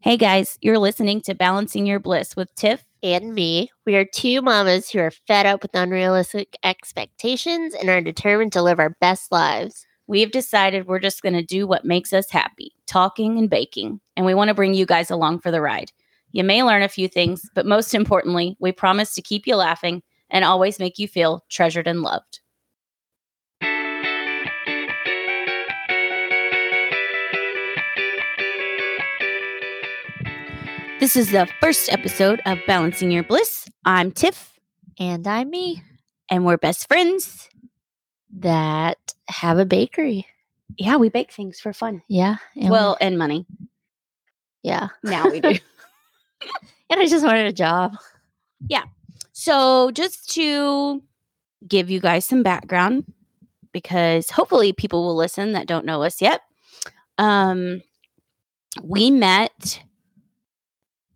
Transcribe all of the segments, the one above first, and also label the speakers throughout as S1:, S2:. S1: Hey guys, you're listening to Balancing Your Bliss with Tiff.
S2: and me, we are two mamas who are fed up with unrealistic expectations and are determined to live our best lives.
S1: We've decided we're just going to do what makes us happy, talking and baking, and we want to bring you guys along for the ride. You may learn a few things, but most importantly, we promise to keep you laughing and always make you feel treasured and loved. This is the first episode of Balancing Your Bliss. I'm Tiff,
S2: And I'm me
S1: and we're best friends.
S2: that have a bakery.
S1: Yeah, we bake things for fun.
S2: Yeah. and we-
S1: Well, and money.
S2: yeah.
S1: Now we do.
S2: And I just wanted a job.
S1: So, just to give you guys some background, because hopefully people will listen that don't know us yet. Um, we met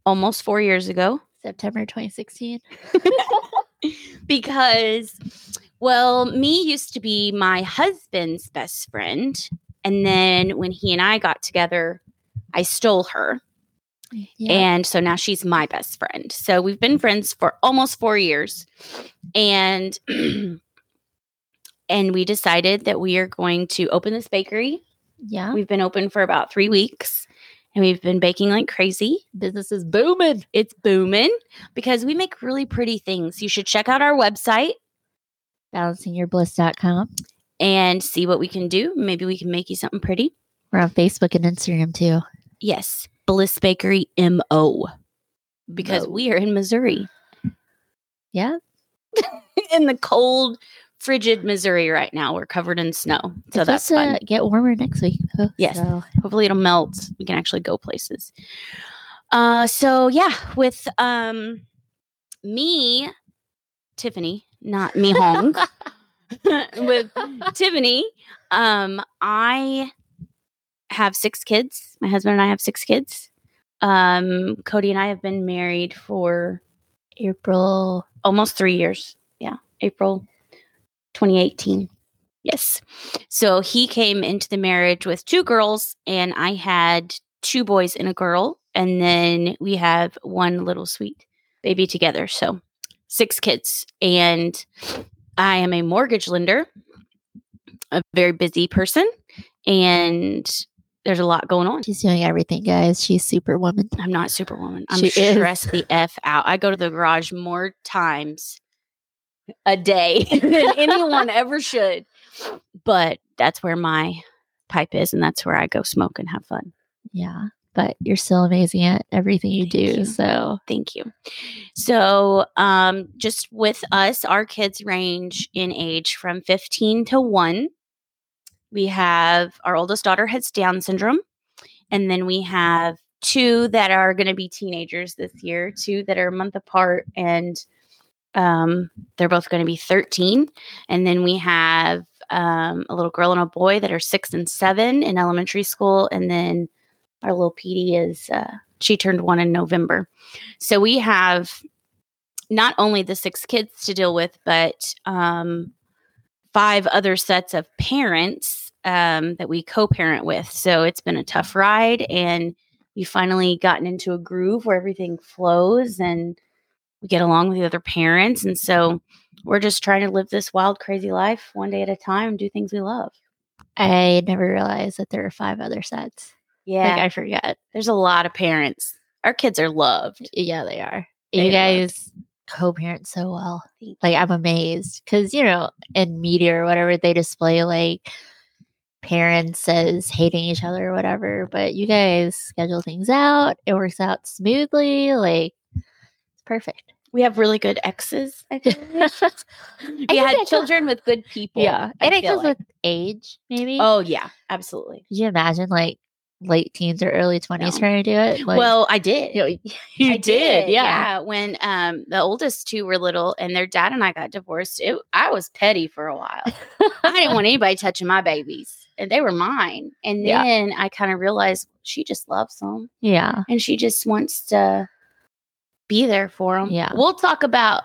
S1: almost four years ago
S2: September 2016.
S1: because, well, me used to be my husband's best friend. And then when he and I got together, I stole her.
S2: Yeah.
S1: And so now she's my best friend. So we've been friends for almost 4 years. And and we decided that we are going to open this bakery.
S2: yeah.
S1: We've been open for about 3 weeks and we've been baking like crazy.
S2: Business is booming.
S1: It's booming because we make really pretty things. You should check out our website
S2: Balancingyourbliss.com.
S1: and see what we can do. Maybe we can make you something pretty.
S2: We're on Facebook and Instagram too.
S1: Yes, Bliss Bakery MO because
S2: Mo.
S1: we are in Missouri.
S2: Yeah.
S1: in the cold, frigid Missouri right now. We're covered in snow. So
S2: It's
S1: that's
S2: supposed
S1: fun.
S2: to uh, get warmer next week. though,
S1: Yes.
S2: so-
S1: Hopefully it'll melt. We can actually go places. Uh so yeah, with um me, Tiffany, not me Hong. with Tiffany, um, I have six kids. My husband and I have six kids. Um, Cody and I have been married for
S2: April.
S1: almost three years. Yeah, April 2018. Yes. So he came into the marriage with two girls, and I had two boys and a girl. And then we have one little sweet baby together. So six kids. And I am a mortgage lender, a very busy person. And there's a lot going on.
S2: She's doing everything, guys. She's superwoman.
S1: I'm not Superwoman. I'm
S2: She is.
S1: stressed the F out. I go to the garage more times a day than anyone ever should. But that's where my pipe is, and that's where I go smoke and have fun.
S2: Yeah. But you're still amazing at everything you
S1: Thank
S2: do.
S1: you.
S2: So
S1: Thank you. So, um, just with us, our kids range in age from 15 to 1. We have our oldest daughter has Down syndrome. And then we have two that are going to be teenagers this year, two that are a month apart, and um, they're both going to be 13. And then we have um, a little girl and a boy that are six and seven in elementary school. And then our little Petey is, uh, she turned one in November. So we have not only the six kids to deal with, but um, five other sets of parents um, that we co parent with. So it's been a tough ride. And we've finally gotten into a groove where everything flows and we get along with the other parents. And so we're just trying to live this wild, crazy life one day at a time and do things we love.
S2: I never realized that there are five other sets.
S1: Yeah.
S2: Like I forgot.
S1: There's a lot of parents. Our kids are loved.
S2: Yeah, they are.
S1: They
S2: you
S1: are.
S2: guys co parent so well.
S1: Thank
S2: Like I'm amazed. Cause you know, in media or whatever they display like parents as hating each other or whatever, but you guys schedule things out. It works out smoothly. Like it's perfect.
S1: We have really good exes. I think. we
S2: think
S1: had
S2: that co-
S1: children with good people.
S2: yeah.
S1: I
S2: And it
S1: feel
S2: comes
S1: like.
S2: with age, maybe.
S1: Oh yeah, absolutely.
S2: Could you imagine like late teens or early 20s
S1: No.
S2: trying to do it? Like,
S1: well, I did.
S2: you, know, you
S1: I
S2: did, yeah.
S1: When um the oldest two were little and their dad and I got divorced, it, I was petty for a while. I didn't want anybody touching my babies, and they were mine. And
S2: Yeah.
S1: then I kind of realized she just loves them,
S2: Yeah.
S1: and she just wants to be there for them.
S2: Yeah.
S1: we'll talk about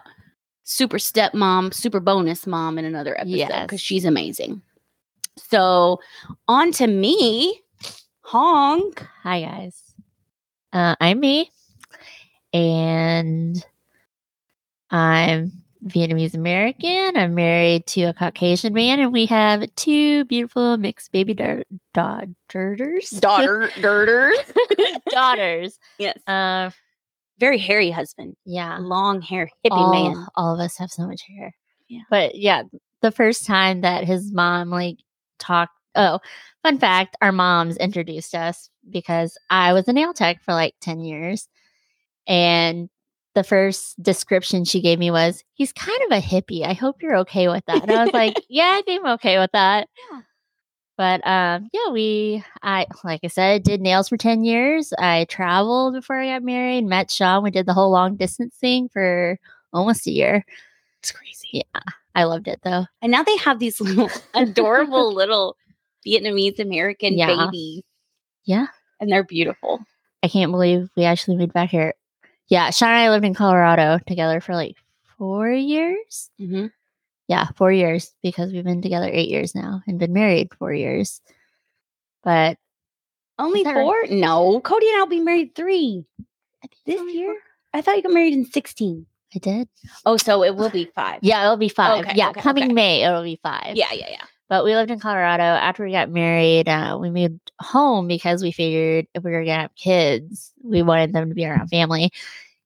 S1: super stepmom, super bonus mom in another episode because
S2: Yes.
S1: she's amazing. So, on to me, Hong.
S2: Hi, guys. Uh, I'm me, and I'm Vietnamese American. I'm married to a Caucasian man, and we have two beautiful mixed baby dar- da- daughters.
S1: Daughter, girder.
S2: daughters.
S1: Yes.
S2: Uh,
S1: Very hairy husband.
S2: yeah.
S1: Long hair, hippie
S2: all,
S1: man.
S2: all of us have so much hair.
S1: Yeah.
S2: But yeah, the first time that his mom like talked. Oh, fun fact: our moms introduced us because I was a nail tech for like ten years, and the first description she gave me was, "He's kind of a hippie. I hope you're okay with that." And I was like, "Yeah, I think I'm okay with that."
S1: Yeah.
S2: But um, yeah, we I like I said, I did nails for ten years. I traveled before I got married. Met Sean. We did the whole long distance thing for almost a year.
S1: It's crazy.
S2: Yeah, I loved it though.
S1: And now they have these little adorable little Vietnamese American
S2: Yeah.
S1: babies.
S2: Yeah.
S1: And they're beautiful.
S2: I can't believe we actually moved back here. Yeah, Sean and I lived in Colorado together for like four years.
S1: Mm-hmm.
S2: Yeah, four years because we've been together eight years now and been married four years. But
S1: Only
S2: Is that right?
S1: four? No. Cody and I'll be married three
S2: I think
S1: this
S2: only
S1: year.
S2: four-
S1: I thought you got married in 16.
S2: I did.
S1: Oh, so it will be five.
S2: Yeah, it'll be five.
S1: Okay,
S2: yeah,
S1: okay,
S2: coming
S1: okay.
S2: May it'll be five.
S1: Yeah, yeah, yeah.
S2: but we lived in Colorado. After we got married, uh, we moved home because we figured if we were gonna have kids, we wanted them to be around family.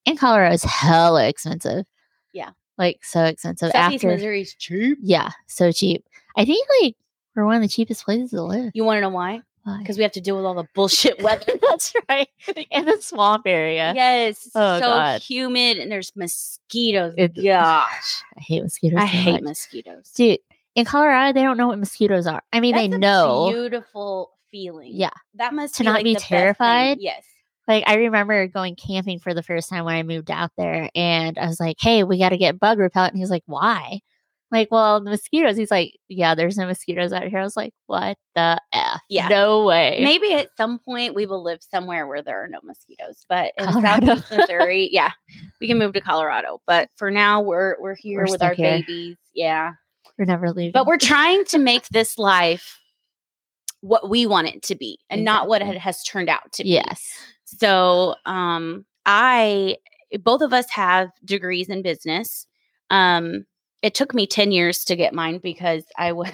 S2: And Colorado is hella expensive.
S1: Yeah.
S2: like so expensive.
S1: Southeast
S2: after
S1: Missouri's cheap.
S2: yeah, so cheap. I think like we're one of the cheapest places to live
S1: You want to know why?
S2: Why?
S1: Because we have to deal with all the bullshit weather.
S2: that's right in the swamp area.
S1: Yes, it's
S2: Oh,
S1: so
S2: God.
S1: humid and there's mosquitoes.
S2: It-
S1: Gosh,
S2: I hate mosquitoes.
S1: I
S2: so
S1: hate
S2: much.
S1: mosquitoes.
S2: dude. In Colorado, they don't know what mosquitoes are. I mean,
S1: That's
S2: they
S1: a
S2: know.
S1: beautiful feeling.
S2: Yeah.
S1: that must
S2: To
S1: be
S2: not
S1: like
S2: be
S1: the best thing.
S2: terrified.
S1: Yes,
S2: like I remember going camping for the first time when I moved out there, and I was like, "Hey, we got to get bug repellent." And he's like, "Why?" I'm like, well, the mosquitoes. He's like, "Yeah, there's no mosquitoes out here." I was like, "What the f?
S1: Yeah.
S2: no way."
S1: maybe at some point we will live somewhere where there are no mosquitoes. But in
S2: Colorado.
S1: Southeast Missouri, yeah, we can move to Colorado. But for now, we're we're here
S2: We're
S1: with our
S2: stuck here.
S1: babies. Yeah,
S2: we're never leaving.
S1: but we're trying to make this life what we want it to be, and not what
S2: Exactly.
S1: it has turned out to be.
S2: yes,
S1: So, um, I both of us have degrees in business. Um, it took me 10 years to get mine because I was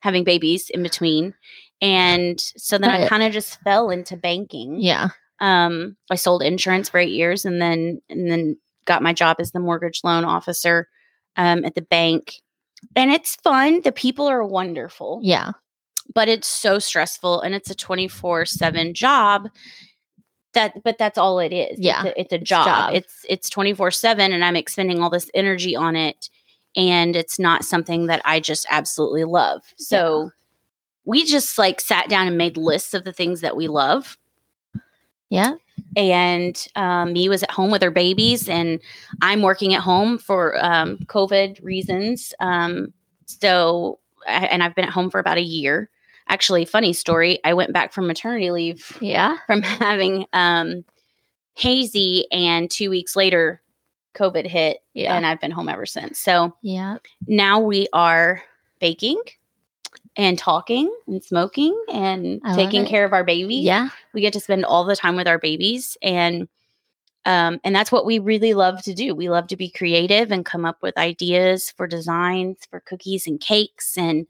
S1: having babies in between. And so then I
S2: Right.
S1: kind of just fell into banking.
S2: yeah,
S1: Um, I sold insurance for eight years and then and then got my job as the mortgage loan officer um, at the bank. And it's fun. The people are wonderful
S2: yeah,
S1: but it's so stressful and it's a 24/7 job that but that's all it is
S2: Yeah,
S1: it's a, it's a job.
S2: job.
S1: it's it's 24/7 and I'm expending all this energy on it and it's not something that I just absolutely love so we just like sat down and made lists of the things that we love
S2: yeah.
S1: and um, me was at home with her babies and i'm working at home for um, covid reasons um, so I, and i've been at home for about a year actually funny story i went back from maternity leave
S2: Yeah.
S1: from having um, hazy and two weeks later covid hit
S2: Yeah.
S1: and i've been home ever since so
S2: yeah.
S1: now we are baking and talking and smoking and
S2: I love
S1: taking
S2: it.
S1: care of our babies
S2: Yeah.
S1: we get to spend all the time with our babies and um, and that's what we really love to do we love to be creative and come up with ideas for designs for cookies and cakes and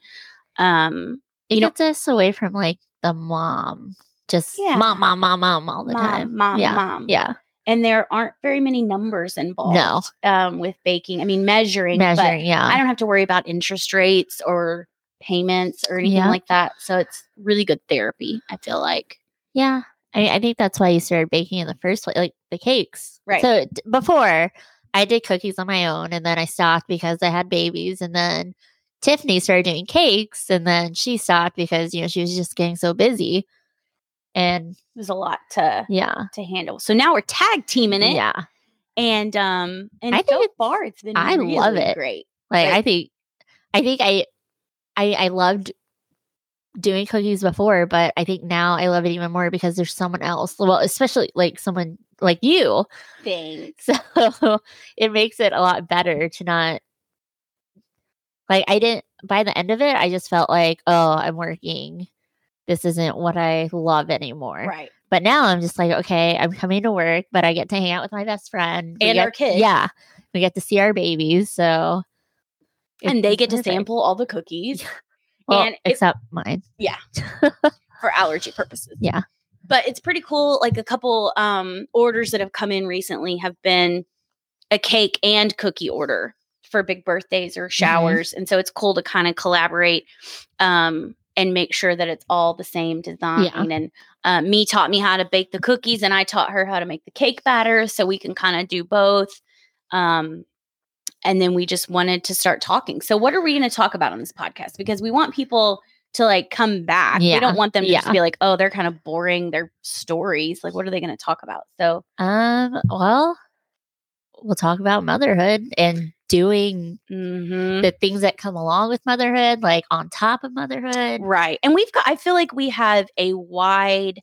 S1: um
S2: It
S1: You know-
S2: gets us away from like the mom, just
S1: Yeah.
S2: mom, mom, mom, mom all the
S1: mom
S2: time.
S1: mom
S2: yeah.
S1: mom
S2: Yeah.
S1: and there aren't very many numbers involved
S2: No.
S1: um with baking i mean measuring,
S2: Measuring.
S1: but i
S2: yeah.
S1: don't have to worry about interest rates or payments or anything
S2: Yeah.
S1: like that so it's really good therapy i feel like
S2: Yeah. I mean, I think that's why you started baking in the first place, like the cakes.
S1: Right.
S2: So d- before I did cookies on my own and then I stopped because I had babies and then Tiffany started doing cakes and then she stopped because, you know, she was just getting so busy. And
S1: it was a lot to
S2: yeah.
S1: to handle so now we're tag teaming it
S2: Yeah.
S1: and um and
S2: I think
S1: so
S2: it's-
S1: far it's been
S2: I love
S1: really
S2: it.
S1: great
S2: Like I
S1: Like-
S2: think I think I I I loved doing cookies before, but I think now I love it even more because there's someone else. Well, especially like someone like you
S1: thing
S2: So it makes it a lot better to not like I didn't by the end of it I just felt like oh I'm working this isn't what I love anymore.
S1: Right.
S2: But now I'm just like, okay, I'm coming to work, but I get to hang out with my best friend We
S1: And our
S2: get-
S1: kids.
S2: Yeah, we get to see our babies, so
S1: And they
S2: it's
S1: get to
S2: perfect.
S1: sample all the cookies
S2: Well,
S1: and it-
S2: except mine.
S1: for allergy purposes.
S2: Yeah.
S1: But it's pretty cool. Like a couple um, orders that have come in recently have been a cake and cookie order for big birthdays
S2: Mm-hmm.
S1: or showers. And so it's cool to kind of collaborate um, and make sure that it's all the same design. And uh, me taught me how to bake the cookies and I taught her how to make the cake batter. So we can kind of do both. Um, and then we just wanted to start talking. So, what are we going to talk about on this podcast? Because we want people to like come back. We
S2: Yeah.
S1: don't want them to just
S2: Yeah.
S1: be like, oh, they're kind of boring. Their stories. Like, what are they going to talk about? So,
S2: Um, well, we'll talk about motherhood and doing
S1: mhm.
S2: the things that come along with motherhood, like on top of motherhood.
S1: right. And we've got, I feel like we have a wide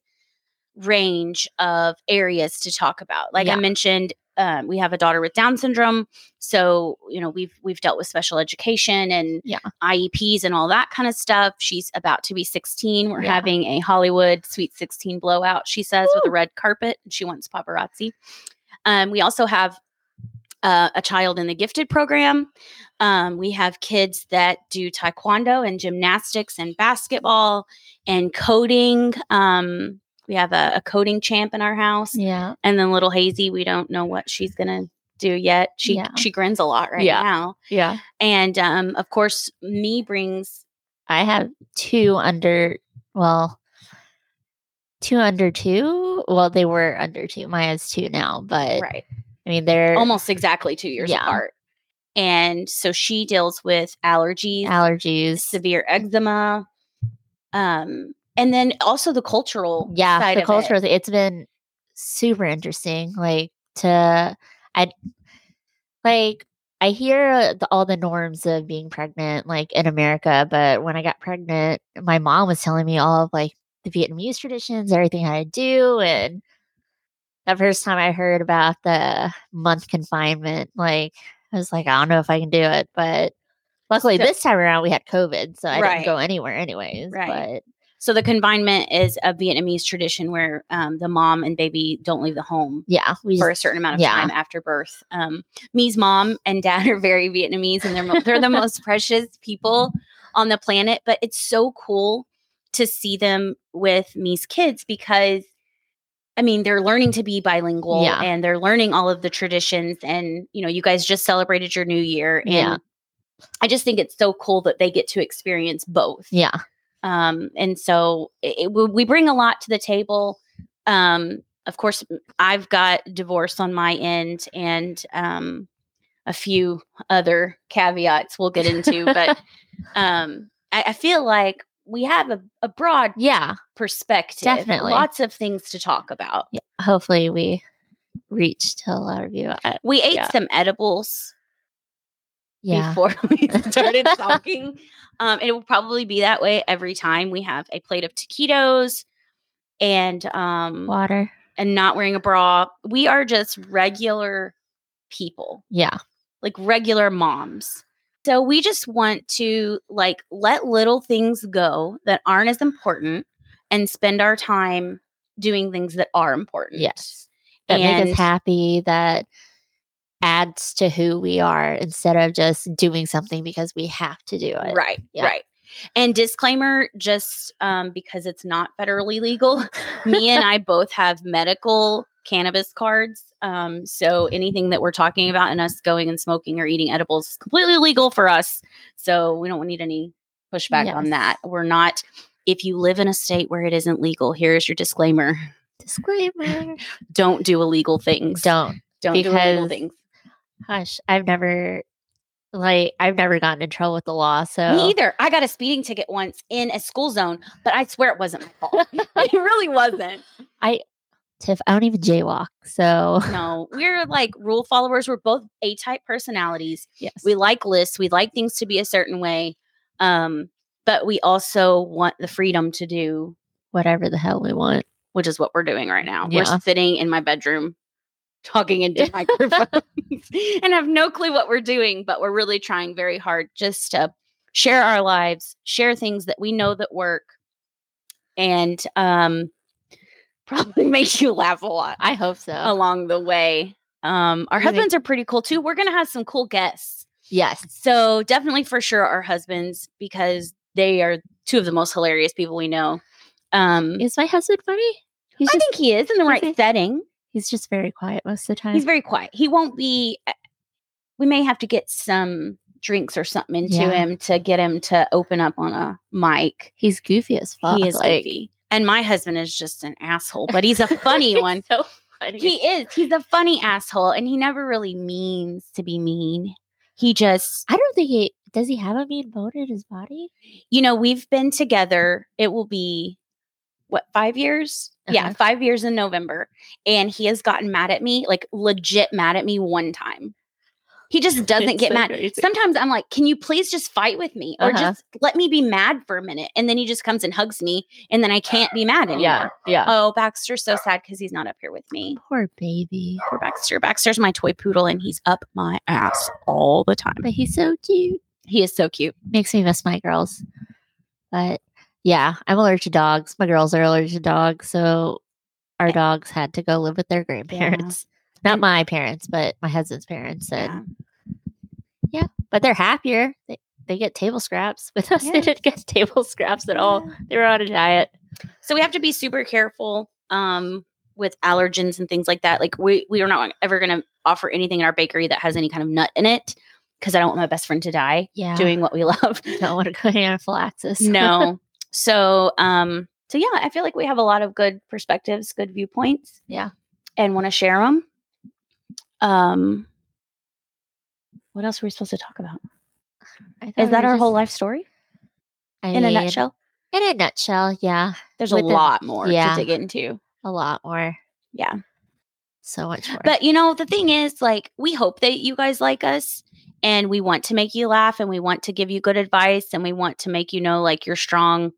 S1: range of areas to talk about. Like I
S2: Yeah.
S1: mentioned, um, we have a daughter with Down syndrome, so you know we've we've dealt with special education and
S2: Yeah.
S1: IEPs and all that kind of stuff. She's about to be 16. We're
S2: Yeah.
S1: having a Hollywood Sweet 16 blowout. She says with a
S2: Woo.
S1: red carpet, and she wants paparazzi. Um, we also have uh, a child in the gifted program. Um, we have kids that do taekwondo and gymnastics and basketball and coding. Um, we have a, a coding champ in our house,
S2: Yeah.
S1: and then little Hazy. We don't know what she's gonna do yet. She
S2: Yeah.
S1: she grins a lot right
S2: Yeah.
S1: now,
S2: Yeah.
S1: and um, of course, me brings
S2: I have two under, well, two under two. Well, they were under two. Maya's two now, but
S1: right
S2: I mean, they're
S1: almost exactly two years
S2: er Yeah.
S1: apart, and so she deals with allergies,
S2: allergies.
S1: severe eczema, um, and then also the cultural
S2: Yeah.
S1: side of
S2: The
S1: it.
S2: culture, it. has been super interesting. Like, to, I, like, I hear uh, the, all the norms of being pregnant, like in America, but when I got pregnant, my mom was telling me all of like the Vietnamese traditions, everything I had to do, and the first time I heard about the month confinement, like I was like, I don't know if I can do it, but luckily
S1: So-
S2: this time around we had COVID, so I
S1: Right.
S2: didn't go anywhere anyways.
S1: Right. So the confinement is a Vietnamese tradition where um, the mom and baby don't leave the home
S2: But yeah, we
S1: for a
S2: just,
S1: certain amount of
S2: yeah.
S1: time after birth. Um, Me's mom and dad are very Vietnamese, and they're mo- they're the most precious people on the planet. But it's so cool to see them with Me's kids because. I mean, they're learning to be bilingual
S2: Yeah.
S1: and they're learning all of the traditions. And, you know, you guys just celebrated your new year. And
S2: Yeah.
S1: I just think it's so cool that they get to experience both
S2: yeah,
S1: um, and so it, it- we- we bring a lot to the table. Um, of course, I've got divorce on my end, and um, a few other caveats we'll get into. but um, I, I feel like we have a, a broad
S2: yeah.
S1: perspective,
S2: Definitely.
S1: lots of things to talk about.
S2: Hopefully we reach to a lot of you. uh, I-
S1: We ate
S2: Yeah.
S1: some edibles
S2: Yeah,
S1: before we started talking. Um, and it will probably be that way every time we have a plate of taquitos and um,
S2: water.
S1: and not wearing a bra. We are just regular people,
S2: Yeah,
S1: like regular moms. So we just want to like let little things go that aren't as important and spend our time doing things that are important.
S2: Yes. that make
S1: And-
S2: us happy. That adds to who we are instead of just doing something because we have to do it.
S1: Right.
S2: Yeah.
S1: Right. And disclaimer, just um, because it's not federally legal, me and I both have medical cannabis cards. Um, so anything that we're talking about and us going and smoking or eating edibles is completely legal for us. So we don't need any pushback on
S2: Yes.
S1: that. We're not. If you live in a state where it isn't legal, here's your disclaimer:
S2: Disclaimer.
S1: don't do illegal things.
S2: Don't
S1: don't do illegal
S2: because-
S1: things.
S2: Hush, I've never like I've never gotten in trouble with the law, so
S1: Me either. I got a speeding ticket once in a school zone, but I swear it wasn't my fault. it really wasn't.
S2: Tiff, I don't even jaywalk. So
S1: No, we're like rule followers. We're both A type personalities.
S2: yes.
S1: We like lists. We like things to be a certain way. Um, but we also want the freedom to do,
S2: whatever the hell we want.
S1: which is what we're doing right now.
S2: Yeah.
S1: We're sitting in my bedroom talking into microphones and have no clue what we're doing, but we're really trying very hard just to share our lives, share things that we know that work, and um, probably make you laugh a lot
S2: I hope so.
S1: along the way. Um, our
S2: You think-
S1: husbands are pretty cool too. We're gonna have some cool guests.
S2: yes.
S1: So definitely for sure our husbands because they are two of the most hilarious people we know. Um,
S2: Is my husband funny? He's
S1: I
S2: just
S1: think he is in the right
S2: okay.
S1: setting.
S2: he's just very quiet most of the time.
S1: He's very quiet. He won't be. eh, We may have to get some drinks or something into
S2: Yeah.
S1: him to get him to open up on a mic.
S2: he's goofy as fuck.
S1: he is
S2: like-
S1: goofy, and my husband is just an asshole, but he's a funny
S2: He's
S1: one.
S2: So funny.
S1: He is. He's a funny asshole, and he never really means to be mean. He just,
S2: I don't think he does. He have a mean bone in his body.
S1: you know, we've been together. It will be what five years? Yeah,
S2: Uh-huh.
S1: five years in November, and he has gotten mad at me, like legit mad at me one time. He just doesn't
S2: It's
S1: get
S2: so
S1: mad.
S2: crazy.
S1: Sometimes I'm like, can you please just fight with me or
S2: Uh-huh.
S1: just let me be mad for a minute? And then he just comes and hugs me, and then I can't be mad anymore.
S2: Yeah, yeah.
S1: Oh, Baxter's so sad because he's not up here with me.
S2: Oh, Poor baby.
S1: Poor Baxter. Baxter's my toy poodle, and he's up my ass all the time.
S2: But he's so cute.
S1: He is so cute.
S2: Makes me miss my girls. But yeah, I'm allergic to dogs. My girls are allergic to dogs, so
S1: Eh.
S2: our dogs had to go live with their grandparents. Not
S1: And-
S2: my parents, but my husband's parents. And
S1: Yeah.
S2: but they're happier. They, they get table scraps. With us,
S1: Yeah.
S2: they didn't get table scraps at all. They were on a diet.
S1: So we have to be super careful um, with allergens and things like that. Like we we are not ever going to offer anything in our bakery that has any kind of nut in it because I don't want my best friend to die
S2: Yeah,
S1: doing what we love.
S2: don't want to go to anaphylaxis.
S1: no. So um so yeah, I feel like we have a lot of good perspectives, good viewpoints.
S2: Yeah.
S1: And want to share them. Um what else were we supposed to talk about?
S2: I thought
S1: Is
S2: we
S1: that
S2: were
S1: our
S2: just-
S1: whole life story
S2: I
S1: in a
S2: mean,
S1: nutshell?
S2: In a nutshell, yeah,
S1: There's a
S2: with the-
S1: lot more
S2: yeah.
S1: to dig into.
S2: a lot more.
S1: Yeah.
S2: so much more.
S1: But you know, the thing is, like, we hope that you guys like us and we want to make you laugh and we want to give you good advice and we want to make you know, like, you're strong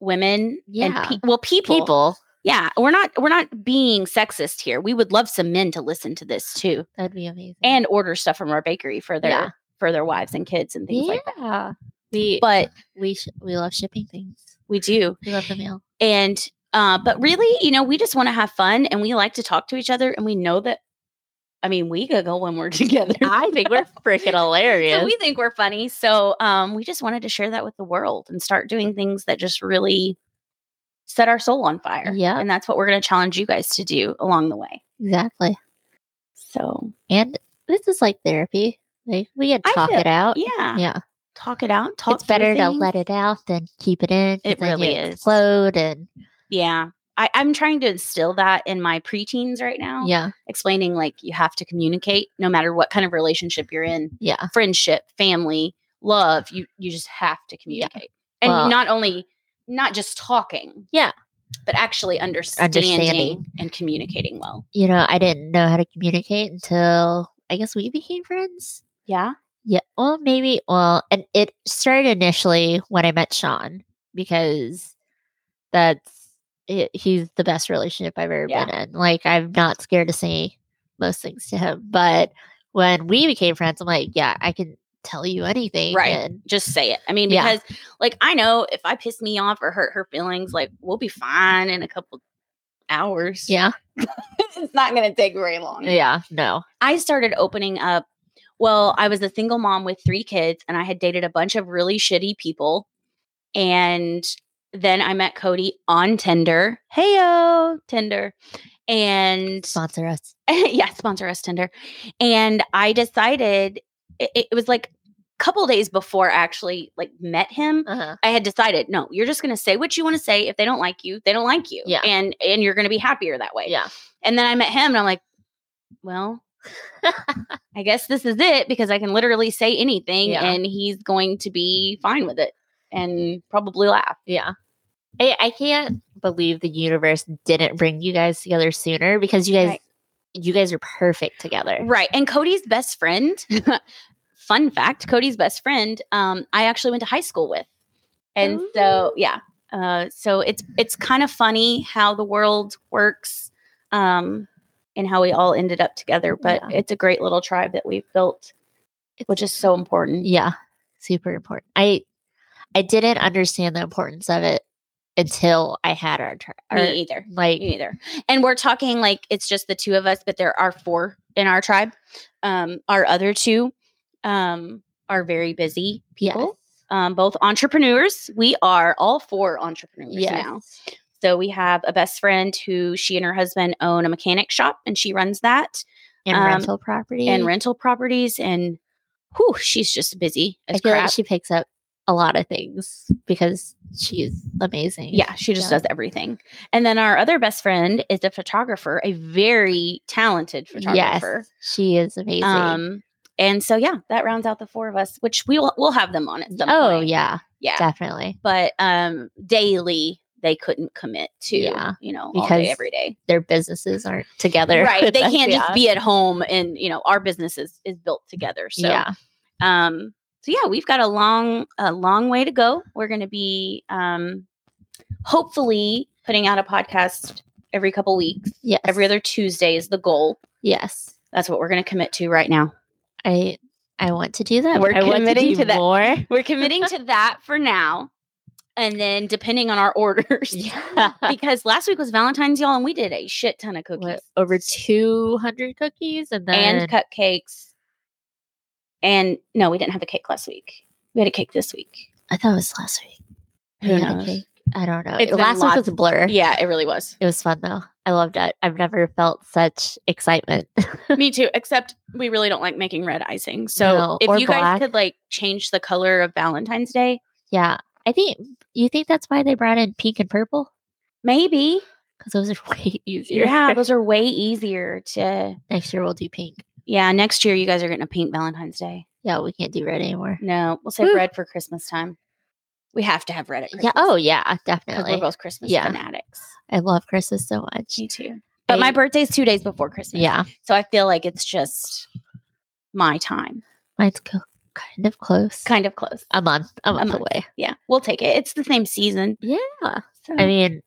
S1: women
S2: Yeah.
S1: and pe- well
S2: people,
S1: Yeah, we're not we're not being sexist here. We would love some men to listen to this too
S2: that'd be amazing.
S1: and order stuff from our bakery for their
S2: Yeah.
S1: for their wives and kids and things
S2: yeah,
S1: like that.
S2: we
S1: But
S2: we sh- we love shipping things.
S1: we do.
S2: We love the mail.
S1: And uh but really, you know, we just want to have fun and we like to talk to each other and we know that I mean, we giggle when we're together.
S2: I think we're freaking hilarious.
S1: So we think we're funny. So um we just wanted to share that with the world and start doing things that just really set our soul on fire.
S2: Yeah.
S1: And that's what we're going to challenge you guys to do along the way.
S2: exactly.
S1: So,
S2: And this is like therapy. Like we can
S1: I
S2: talk
S1: feel-
S2: it out.
S1: yeah.
S2: Yeah.
S1: talk it out. Talk.
S2: it's
S1: through
S2: better to
S1: things.
S2: let it out than keep it in. 'cause
S1: It
S2: then you
S1: really is.
S2: Explode and
S1: Yeah, I, I'm trying to instill that in my preteens right now.
S2: yeah,
S1: explaining like you have to communicate no matter what kind of relationship you're in,
S2: yeah,
S1: friendship, family, love. You you just have to communicate, and
S2: Well-
S1: not only not just talking.
S2: Yeah.
S1: But actually understanding,
S2: Understanding.
S1: and communicating well.
S2: you know. I didn't know how to communicate until I guess we became friends.
S1: Yeah.
S2: Yeah. Well, maybe. Well, and it started initially when I met Sean because that's it, he's the best relationship I've ever
S1: Yeah.
S2: been in. Like I'm not scared to say most things to him, but when we became friends, I'm like, yeah, I can tell you anything.
S1: Right.
S2: And
S1: Just say it. I mean,
S2: Yeah.
S1: because like I know if I piss me off or hurt her feelings, like we'll be fine in a couple hours.
S2: yeah.
S1: it's not going to take very long.
S2: Yeah. No.
S1: I started opening up. Well, I was a single mom with three kids, and I had dated a bunch of really shitty people. And then I met Cody on Tinder. Heyo, Tinder. And
S2: Sponsor us.
S1: yeah, sponsor us, Tinder. And I decided it, it was like a couple days before I actually like met him.
S2: Uh-huh.
S1: I had decided, no, you're just gonna say what you want to say. If they don't like you, they don't like you.
S2: Yeah.
S1: And and you're gonna be happier that way.
S2: Yeah.
S1: And then I met him and I'm like, well, I guess this is it because I can literally say anything
S2: Yeah.
S1: and he's going to be fine with it and probably laugh.
S2: Yeah. I, I can't believe the universe didn't bring you guys together sooner because you guys
S1: Right.
S2: you guys are perfect together.
S1: Right. And Cody's best friend, fun fact Cody's best friend, um, I actually went to high school with. And so, yeah. Uh, so it's it's kind of funny how the world works um, and how we all ended up together. But
S2: Yeah.
S1: it's a great little tribe that we've built,
S2: It's-
S1: which is so important.
S2: Yeah, super important. I I didn't understand the importance of it until I had our turn.
S1: Me either.
S2: Like,
S1: Me either. And we're talking like it's just the two of us, but there are four in our tribe. Um, our other two um, are very busy
S2: yes,
S1: people, um, both entrepreneurs. We are all four entrepreneurs
S2: yes.
S1: now. So we have a best friend who she and her husband own a mechanic shop and she runs that
S2: and
S1: Um,
S2: rental property
S1: and rental properties. And whew, she's just busy
S2: I
S1: as
S2: feel
S1: crap.
S2: like she picks up a lot of things because she's amazing.
S1: Yeah, she just
S2: Yeah.
S1: does everything. And then our other best friend is a photographer, a very talented photographer.
S2: Yes, she is amazing.
S1: Um, and so yeah, that rounds out the four of us, which we will we'll have them on at some
S2: oh
S1: point.
S2: yeah,
S1: yeah.
S2: definitely.
S1: But um, daily they couldn't commit to
S2: Yeah,
S1: you know all day
S2: because
S1: every day.
S2: Their businesses aren't together.
S1: Right,
S2: with
S1: they
S2: us,
S1: can't just
S2: yeah.
S1: be at home, and you know our business is, is built together. So
S2: yeah,
S1: um, so yeah, we've got a long a long way to go. We're going to be um, hopefully putting out a podcast every couple weeks.
S2: yes,
S1: Every other Tuesday is the goal.
S2: yes.
S1: That's what we're going to commit to right now.
S2: I I want to do that.
S1: We're
S2: I want to
S1: committing
S2: do
S1: to that.
S2: more.
S1: We're committing to that for now. And then depending on our orders.
S2: Yeah,
S1: Because last week was Valentine's, y'all, and we did a shit ton of cookies
S2: What, over two hundred cookies and then
S1: and cupcakes. And no, we didn't have a cake last week. We had a cake this week.
S2: I thought it was last week.
S1: Who
S2: Yeah,
S1: knows?
S2: okay. I don't know.
S1: It's been
S2: last week
S1: lots-
S2: was a blur.
S1: Yeah, it really was.
S2: It was fun though. I loved it. I've never felt such excitement.
S1: Me too. Except we really don't like making red icing. So
S2: No,
S1: if
S2: or
S1: you
S2: black.
S1: guys could like change the color of Valentine's Day,
S2: yeah. I think you think that's why they brought in pink and purple?
S1: maybe.
S2: Because those are way easier.
S1: Yeah, those are way easier to.
S2: Next year we'll do pink.
S1: Yeah, next year you guys are getting a pink Valentine's Day.
S2: Yeah, we can't do red anymore.
S1: No, we'll save
S2: Woo.
S1: red for Christmas time. We have to have red at Christmas.
S2: Yeah. Oh yeah,
S1: 'cause
S2: definitely.
S1: we're both Christmas
S2: Yeah.
S1: fanatics.
S2: I love Christmas so much.
S1: Me too. But my
S2: I-
S1: birthday's two days before Christmas.
S2: Yeah.
S1: So I feel like it's just my time.
S2: Mine's co- kind of close.
S1: Kind of close.
S2: a month. A month,
S1: month.
S2: away.
S1: Yeah. We'll take it. It's the same season.
S2: Yeah.
S1: So
S2: I mean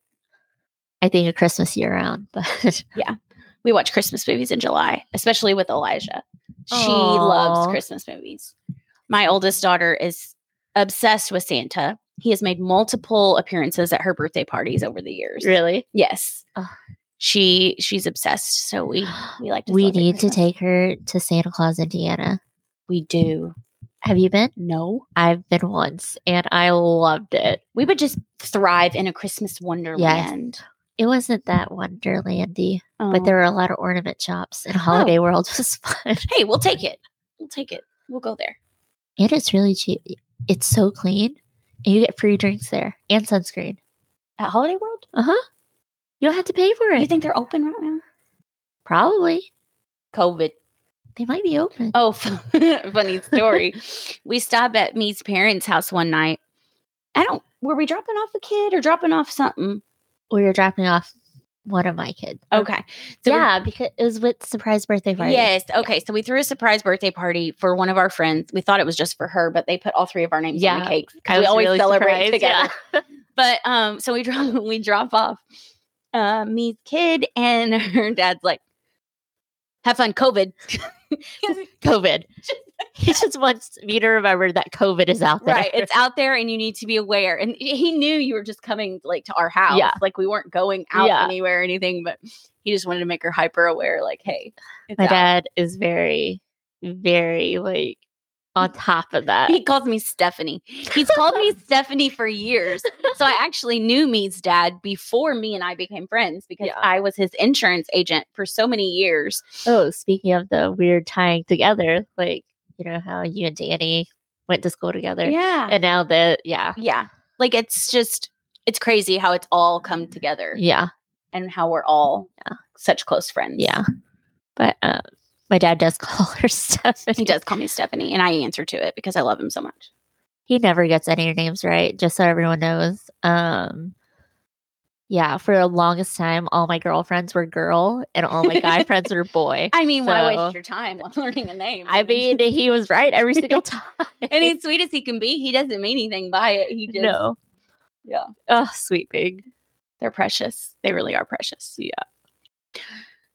S2: I think a Christmas year round, but
S1: we watch Christmas movies in July, especially with Elijah. She loves
S2: Aw.
S1: Christmas movies. My oldest daughter is obsessed with Santa. He has made multiple appearances at her birthday parties over the years.
S2: really.
S1: Yes.
S2: Ugh.
S1: She she's obsessed. So we we like to
S2: We
S1: celebrate
S2: need to
S1: Christmas.
S2: take her to Santa Claus, Indiana.
S1: we do.
S2: Have you been?
S1: No.
S2: I've been once and I loved it.
S1: We would just thrive in a Christmas wonderland.
S2: It wasn't that wonderlandy,
S1: Oh.
S2: but there were a lot of ornament shops and Holiday World was fun.
S1: Hey, we'll take it. We'll take it. We'll go there.
S2: And it's really cheap. It's so clean. And you get free drinks there and sunscreen.
S1: At Holiday World?
S2: Uh huh. You don't have to pay for
S1: You
S2: it.
S1: think they're open right now?
S2: Probably.
S1: COVID.
S2: They might be open.
S1: Oh, f- funny story. we stopped at me's parents' house one night. I don't. Were we dropping off a kid or dropping off something?
S2: We were dropping off one of my kids.
S1: Okay. So we-
S2: yeah, because it was with surprise birthday party.
S1: Yes. Okay. So we threw a surprise birthday party for one of our friends. We thought it was just for her, but they put all three of our names on the
S2: Yeah.
S1: cake. 'cause
S2: I
S1: we
S2: was
S1: always
S2: really
S1: celebrate
S2: surprised,
S1: together.
S2: yeah.
S1: But um, so we drop we drop off uh me's kid and her dad's like, have fun, COVID.
S2: COVID. he just wants me to remember that COVID is out there.
S1: Right. It's out there and you need to be aware. And he knew you were just coming like to our house.
S2: Yeah.
S1: Like we weren't going out
S2: Yeah.
S1: anywhere or anything, but he just wanted to make her hyper aware, like, hey, it's
S2: my
S1: out.
S2: dad is very very like on top of that
S1: He calls me Stephanie. He's called me Stephanie for years. So I actually knew me's dad before me and I became friends because
S2: Yeah.
S1: I was his insurance agent for so many years.
S2: oh speaking of the weird tying together like you know how you and danny went to school together
S1: Yeah.
S2: and now that yeah
S1: Yeah. Like it's just it's crazy how it's all come together
S2: yeah
S1: and how we're all such close friends.
S2: yeah but um my dad does call her Stephanie.
S1: He does call me Stephanie, and I answer to it because I love him so much.
S2: He never gets any of your names right, just so everyone knows. Um, yeah, for the longest time, all my girlfriends were girl, and all my guy friends were boy.
S1: I mean, why
S2: So-
S1: waste your time on learning a name?
S2: I mean, he was right every single time.
S1: and as sweet as he can be, he doesn't mean anything by it. He just,
S2: no.
S1: yeah,
S2: Oh, sweet pig.
S1: they're precious. They really are precious. Yeah.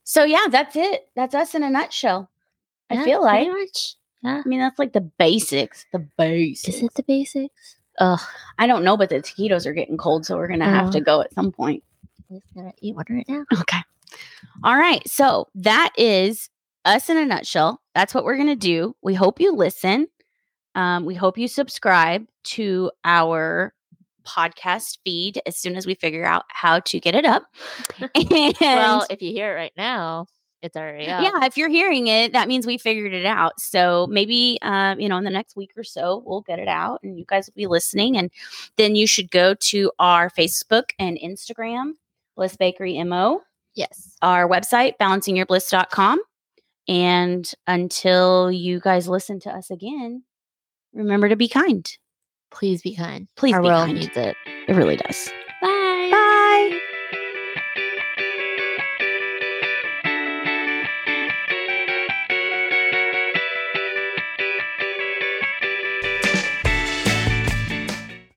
S1: So yeah, that's it. That's us in a nutshell. I
S2: Yeah,
S1: feel
S2: pretty
S1: like.
S2: much. Yeah.
S1: I mean, that's like the basics. The basics.
S2: Is it the basics? Ugh,
S1: I don't know, but the taquitos are getting cold, so we're gonna have
S2: Oh.
S1: to go at some point.
S2: I'm just gonna eat one right now.
S1: Okay. All right. So that is us in a nutshell. That's what we're gonna do. We hope you listen. Um, we hope you subscribe to our podcast feed as soon as we figure out how to get it up. And
S2: well, if you hear it right now, it's already up.
S1: yeah if you're hearing it that means we figured it out so maybe um, you know in the next week or so we'll get it out and you guys will be listening and then you should go to our facebook and instagram bliss bakery mo
S2: Yes.
S1: our website balancingyourbliss.com and until you guys listen to us again remember to be kind
S2: Please be kind.
S1: Please
S2: Our
S1: be
S2: world
S1: kind.
S2: needs it.
S1: it really does